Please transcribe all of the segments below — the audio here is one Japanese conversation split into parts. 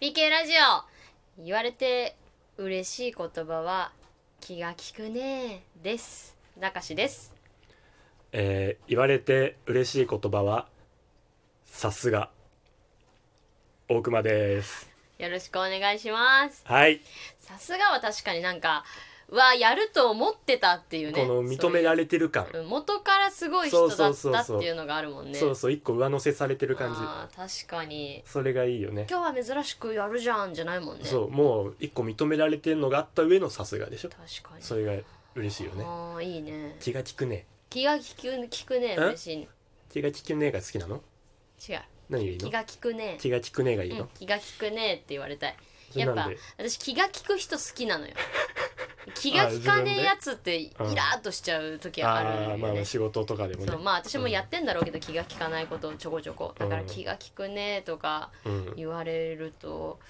PK ラジオ言われて嬉しい言葉は気が利くねーです中志ですえー言われて嬉しい言葉はさすが大熊ですよろしくお願いしますはい、さすがは確かになんかうわやると思ってたっていうねこの認められてる感そういううん元からすごい人だったっていうのがあるもんねそうそう一個上乗せされてる感じあー確かにそれがいいよね今日は珍しくやるじゃんじゃないもんねそうもう一個認められてるのがあった上のさすがでしょ確かにそれが嬉しいよねああいいね気が利くね気が利く利くねえ嬉しいね気が利くねが好きなの違う何がいい気のが利くね気が利くねがいいうんの、気が利くねって言われたいそれやっなぱんで私気が利く人好き なのよ気が利かねえやつってイラーっとしちゃう時はあるああよーねまあ仕事とかでもねそうまあ私もやってんだろうけど気が利かないことをちょこちょこだからうん気が利くねとかうん言われると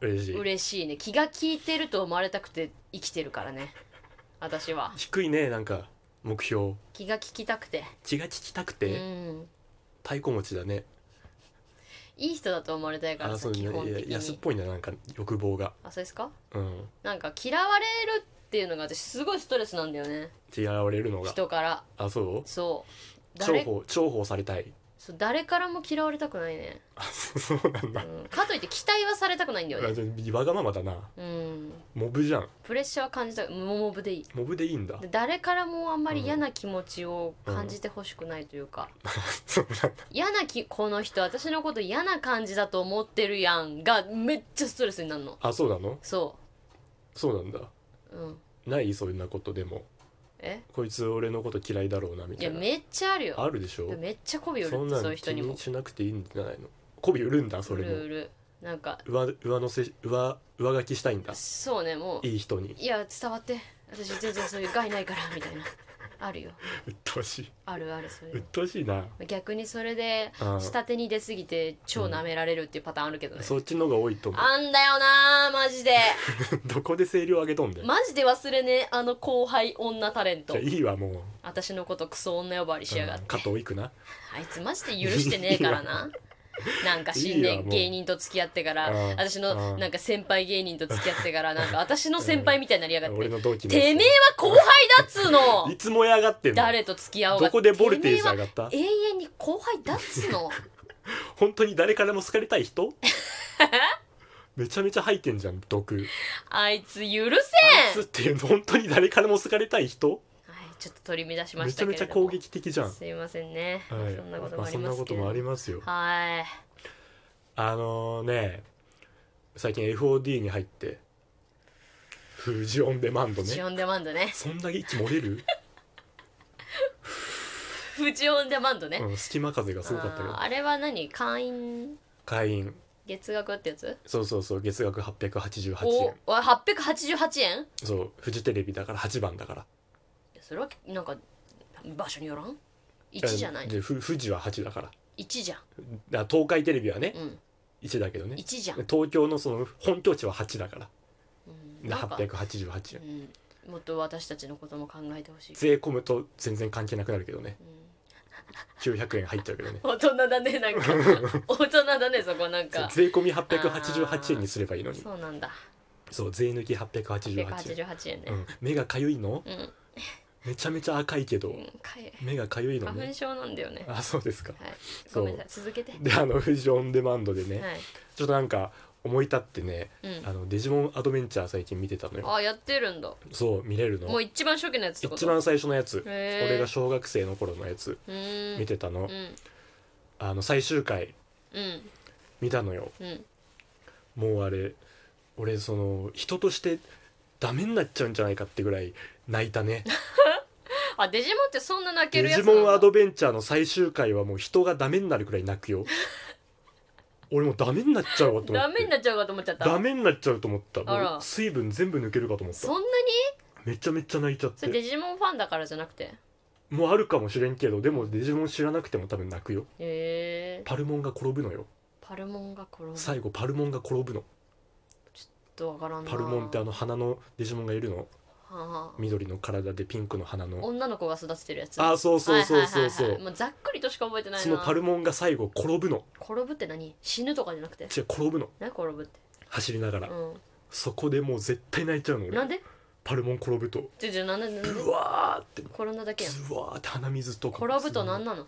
嬉しい嬉しいね気が利いてると思われたくて生きてるからね私は低いねなんか目標気が利きたくて気が利きたくうて、ん太鼓持ちだねいい人だと思われたいからあさそうね基本い的や安っにぽいななんか欲望があそうですかうんっなんか嫌われるっていうのが私すごいストレスなんだよねてやられるのが人からあそうそう重誰宝重宝されたいそう誰からも嫌われたくないね、あそうそうなんだ、うん、かといって期待はされたくないんだよあねじゃあわがままだなうんモブじゃんプレッシャーは感じたモモブでいいモブでいいんだで誰からもあんまり嫌な気持ちを感じてほしくないというか、そうなんだ嫌なきこの人私のこと嫌な感じだと思ってるやんがめっちゃストレスになるの あそうなのそそうなんだううんないそんなことでもえこいつ俺のこと嫌いだろうなみいたやいなめっちゃあるよあるでしょめっちゃ媚び売そるっんてなそういのう人気にもにしなくていいんじゃないの媚び売るんだそ売れる売もるなんか上上乗せ上上書きしたいんだそうねもういい人に いや伝わって私全然そういう害ないからみたいなあるよ鬱陶しいあるあるそれ鬱陶しいな逆にそれであ下手に出過ぎて超舐められるっていうパターンあるけどね、そっちのが多いと思うあんだよなーマジで どこで声量上げとんだよ、マジで忘れねえあの後輩女タレントじゃあいいわもう、私のことクソ女呼ばわりしやがっうんて、加藤いくなあいつマジで許してねえからななんか新いいわ年もう芸人と付き合ってからうん私うのんなんか先輩芸人と付き合ってからなんか私の先輩みたいになりやがって俺の同期のやつてめえは後輩だっつーのいつ燃え上がってんの誰と付き合おうがどこでボルテージ上がってめたえは永遠に後輩だっつーの本当に誰からも好かれた い人めちゃめちゃ吐いてんじゃん毒あいつ許せんあいつっていうの本当に誰からも好かれたい人はい、ちょっと取り乱しまめしちゃたけめれちどゃも攻撃的じゃんすいませんね、はいそんなことまもあありそんなますこけれどとももありますよはいあのね最近 FOD に入ってフジオンデマンドフジねオンデマンドね そんな息漏れる、フジオンデマンドね、うん、隙間風がすごかったけあーどあれは何会員会員月額ってやつそうそうそう月額888お円わ888円いそうフジテレビだから8番だからやそれはなんか場所によらん1じゃないでふ富士は8だから1じゃんだから東海テレビはねうん1だけどね1じゃん、で東京のその本拠地は8だからうん、でなんか、 888う円ん、もっと私たちのことも考えてほしい、税込むと全然関係なくなるけどねうん900円入っちゃうけどね大人だね なんか大人だねそこなんそうか税込み888円にすればいいのにそうなんだそう税抜き888円、 888円ねうん、目がかゆいのうん、うんめちゃめちゃ赤いけどかゆい目がかゆいの花粉ね症なんだよねあそうですかはいそごうめんなさい続けてはであのフジオンデマンドでね、いちょっとなんか思い立ってねうんあのデジモンアドベンチャー最近見てたのよあやってるんだそう見れるものう一番初期のやつってこと一番最初のやつへー俺が小学生の頃のやつうーん見てたうのんあの最終回うん見たのようんもうあれ俺その人としてダメになっちゃうんじゃないかってぐらい泣いた ねあデジモンってそんな泣けデるやつジなんだモンアドベンチャーの最終回はもう人がダメになるくらい泣 くよ俺もうダメになっちゃうわと思っダてメになっちゃうかと思っちゃったダメになっちゃうと思ったあもらう水分全部抜けるかと思ったそんなにめちゃめちゃ泣いちゃっそれデてジモンファンだからじゃなくてもうあるかもしれんけどでもデジモン知らなくても多分泣くよへえパルモンが転ぶのよパルモンが転ぶちょっ最後パルモンが転ぶのとわからんなパルモンってああの鼻のデジモンがいるのはあ緑の体でピンクの花の女の子が育ててるやつあそうそうそうそうそはいはいはいはいうもうざっくりとしか覚えてないなそのパルモンが最後転ぶの転ぶって何死ぬとかじゃなくて違う転ぶの何転ぶって走りながら、うそこでもう絶対泣いちゃうのんな俺んでパルモン転ぶとちょちょなんでなんでブワーって転んだだけやんズワーって鼻水とか転ぶと何なの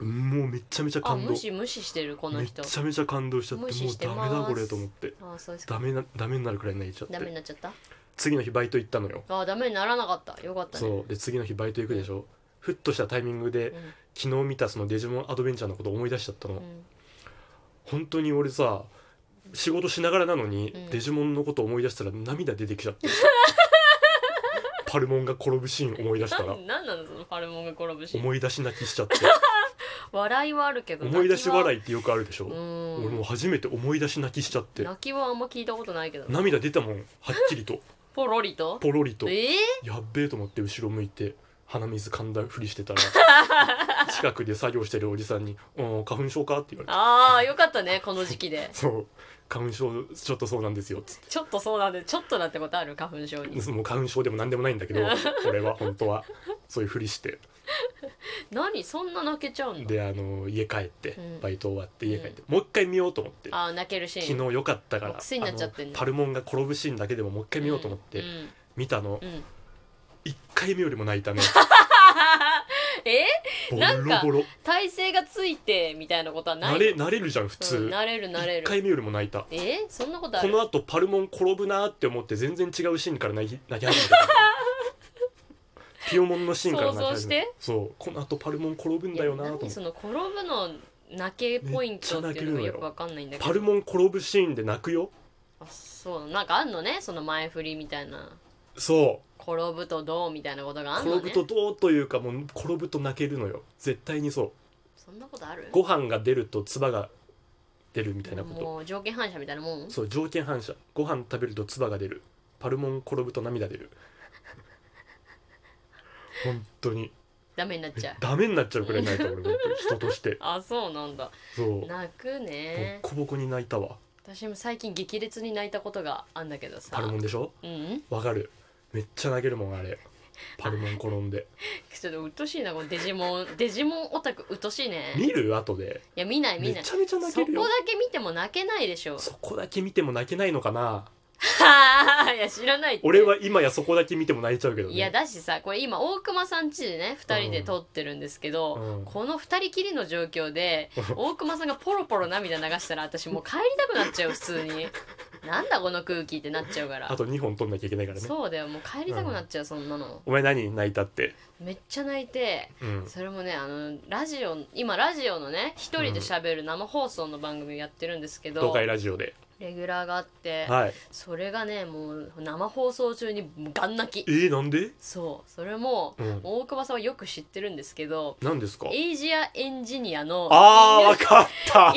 もうめちゃめちゃあ感動無視無視してるこのめ人ちゃめちゃ感動しちゃって無視してもうまダすメだこれと思ってあそうですダかメなダメになるくらい泣いちゃっダメにてなっちゃった次の日バイト行ったのよあダメにならなかったよかったねそうで次の日バイト行くでしょふっとしたタイミングでうん昨日見たそのデジモンアドベンチャーのこと思い出しちゃったうのん本当に俺さ仕事しながらなのにうんデジモンのこと思い出したら涙出てきちゃって パルモンが転ぶシーン思い出したら何なんなのそのパルモンが転ぶし思い出し泣きしちゃ って笑いはあるけど思い出し笑いいってよくあるでしょう俺んもう初めて思い出し泣きしちゃって泣きはあんま聞いたことないけど涙出たもんはっきりとポロリとポロリ とええやっべえと思って後ろ向いて鼻水噛んだふりしてた ら近くで作業してるおじさんに「うん花粉症か?」って言われてああよかったねこの時期で「そう花粉症ちょっとそうなんですよ」っつっちょっとそうなんでちょっとなんてことある花粉症にてもう花粉症でも何でもないんだけど俺は本当はそういうふりして何そんな泣けちゃうんだであの家帰ってうんバイト終わって家帰って、もう一回見ようと思ってああ泣けるシーン昨日良かったかもらう癖になっちゃってんあねのパルモンが転ぶシーンだけでももう一回見ようと思って、うん 見たのうんうん1回目よりも泣いたねえボ なんかロボロ体勢がついてみたいなことはない慣れ慣れるじゃん普うん通、慣れる慣れ1る回目よりも泣いたえそんなことあこるのあとパルモン転ぶなーって思って全然違うシーンから泣き泣き 始めたピオモンのシーンから泣き想像し始めてたそうこのあとパルモン転ぶんだよなーと何思ってその転ぶの泣けポイントっていうのがよくわかんないんだけどパルモン転ぶシーンで泣くよあそうなんかあんのねその前振りみたいなそ転ぶとどうみたいなことがうあんの転ねぶとどうというかもう転ぶと泣けるのよ絶対にそうそんなことあるご飯が出ると唾が出るみたいなこもう条件反射みたいなもんとそう条件反射ご飯食べると唾が出るパルモン転ぶと涙 出る本当にダメになっちゃうダメになっちゃうくらい泣いた俺本当に人としてあそうなんだそうボッ泣くねコボコに泣いたわ私も最近激烈に泣いたことがあんだけどさパルモンでしょうんうんわかるめっちゃ泣けるもんあれパルモン転んでちょっとうっとしいなこのデジモンデジモンオタクうっとしいねい見る後でや見ない見めないちゃめちゃ泣そけこるよだけ見ても泣けないでしょそこだけ見ても泣けないのかなは あいや知らないって俺は今やそこだけ見ても泣いちゃうけどねいやだしさこれ今大熊さん家でね2人で撮ってるんですけど、うんこの2人きりの状況で大熊さんがポロポロ涙流したら私もう帰りたくなっちゃう普通になんだこの空気ってなっちゃうからあと2本取んなきゃいけないからねそうだよもう帰りたくなっちゃうそんなのお前何泣いたってめっちゃ泣いてうんそれもねあのラジオ今ラジオのね一人で喋る生放送の番組やってるんですけど、東海ラジオでレギュラーがあって、はいそれがねもう生放送中にガン泣きえー、なんでそうそれもうん大久保さんはよく知ってるんですけど何ですかエイジアエンジニアのあーわかっ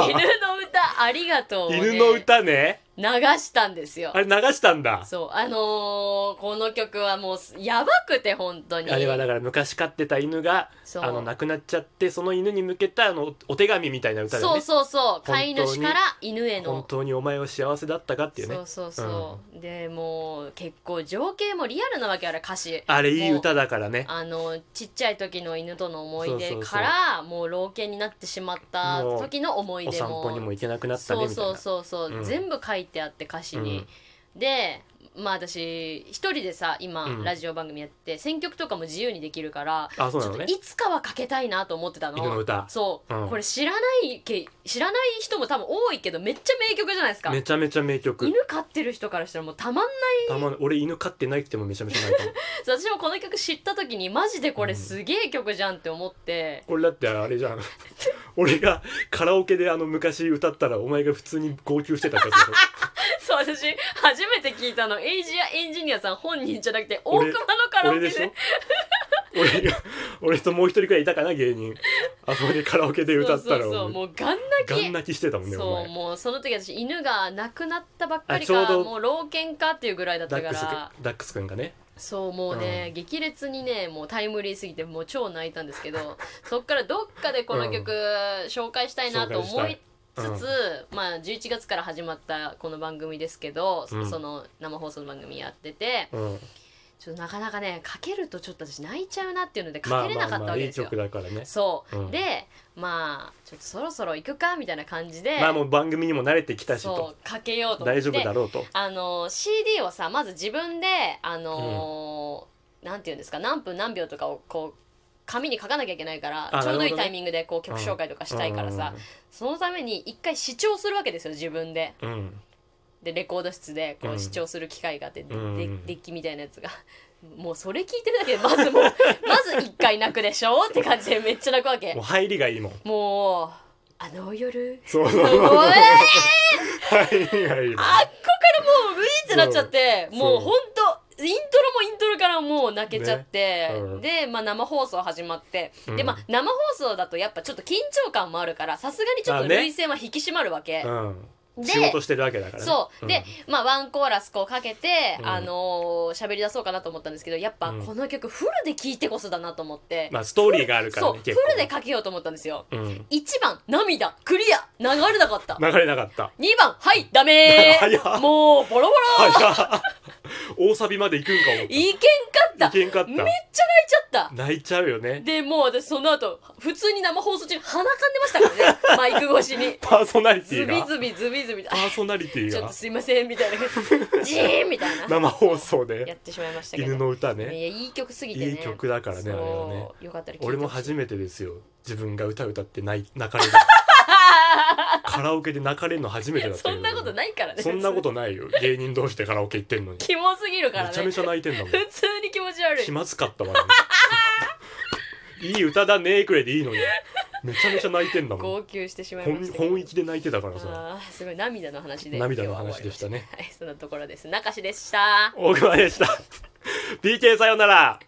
犬犬たの歌ありがとうを、ね、犬の歌ね流したんですよあれ流したんだそうあのー、この曲はもうやばくて本当にあれはだから昔飼ってた犬がそうあの亡くなっちゃってその犬に向けたあのお手紙みたいな歌だよそうねそうそう本当飼いに主から犬への本当にお前は幸せだったかっていうねそうそうそう、でもう結構情景もリアルなわけあれ歌詞あれいい歌だからねあのちっちゃい時の犬との思い出そうそうそうからもう老犬になってしまった時の思いお出散も歩にも行けなくなったそねうみたいそなうそうそう、うん全部書いてあって歌詞に、でまあ私一人でさ今、うんラジオ番組やって選曲とかも自由にできるから、あそうちょなっのとねいつかはかけたいなと思ってたの犬の歌そう、うんこれ知らないけ知らない人も多分多いけどめっちゃ名曲じゃないですかめちゃめちゃ名曲犬飼ってる人からしたらもうたまんないたまん俺犬飼ってないってもめちゃめちゃ泣いたもん そう私もこの曲知った時にマジでこれうんすげえ曲じゃんって思って、これだってあれじゃん 俺がカラオケであの昔歌ったらお前が普通に号泣してたからそう私初めて聞いたのエイジアエンジニアさん本人じゃなくて大熊俺の カラオケ俺ででしょ俺が俺ともう一人くらいいたかな芸人あそこでカラオケで歌ったそうらそうそう俺もうガンガ泣きン泣きしてたもんねおそう前もうその時私犬が亡くなったばっかりあちょうかどもう老犬かっていうぐらいだっダたッかクスくらダックスくんがねそうもうね、うん激烈にねもうタイムリーすぎてもう超泣いたんですけ どそっからどっかでこの曲紹介したいなと思いつつ、紹介しまあ11月から始まったこの番組ですけど、うんその生放送の番組やっててうんちょっとなかなかねかけるとちょっと私泣いちゃうなっていうのでまかあけれなかっまたあまわあけいでいすよ。曲だからねそう、うんでまあちょっとそろそろ行くかみたいな感じで、まあもう番組にも慣れてきたしそとうかけようと思っ大て丈夫だろうとあの CD をさまず自分であのーなんていうんですか何分何秒とかをこう紙に書かなきゃいけないからあちょうどいなるいほどねタイミングでこう曲紹介とかしたいからさ、そのために一回視聴するわけですよ自分で。うんうんでレコード室でこううん視聴する機会があって、でうんでデッキみたいなやつが もうそれ聞いてるだけでまずも うまず一回泣くでしょって感じでめっちゃ泣くわけもう入りがいいもんもうあの 夜そうそもううえーそうあっ入りがいい もんこからもうういってなっちゃってそうもうほんとイントロもイントロからもう泣けちゃって、ねうんで、まあ、生放送始まって、うでんまあ生放送だとやっぱちょっと緊張感もあるからさすがにちょっとあね涙腺は引き締まるわけ、うんで仕事してるわけだからねそう、で、まあ、ワンコーラスこうかけて、うんあのー喋り出そうかなと思ったんですけどやっぱうんこの曲フルで聴いてこそだなと思って、まあストーリーがあるからそうねフ結ル構でかけようと思ったんですようん1番涙クリア流れなかった流れなかった2番はいダメ 早っーもうボロボロ早っ 大サビまで行くんか思っいけんかったたいけんかっめったちゃ泣いちゃった泣いちゃうよねでもう私その後普通に生放送中に鼻かんでましたからね マイク越しにパーソナリテズィビがズビズビズビパーソナリティちょっがとすいませんみたいな ジーンみたいな生放送やっでてしまいましたけど犬の歌いやねいい曲すぎてねいい曲だからねあれはねそうよかったら聴いて俺も初めてですよ自分が歌歌って泣い泣か れるカラオケで泣かれるの初めてだったそんなこといないからねそんなことないよ芸人同士でカラオケ行ってんのにキモすぎるからねめちゃめちゃ泣いてんだもん普通に気持ち悪い気まずかったわ いい歌だねくらいでいいのにめちゃめちゃ泣いてんだもん号泣してしまいま本したけど本域で泣いてたからさあーすごい涙の話で涙の話でしたね 今日は終わりましたはいそんなところです中志でした大熊でした PK さよなら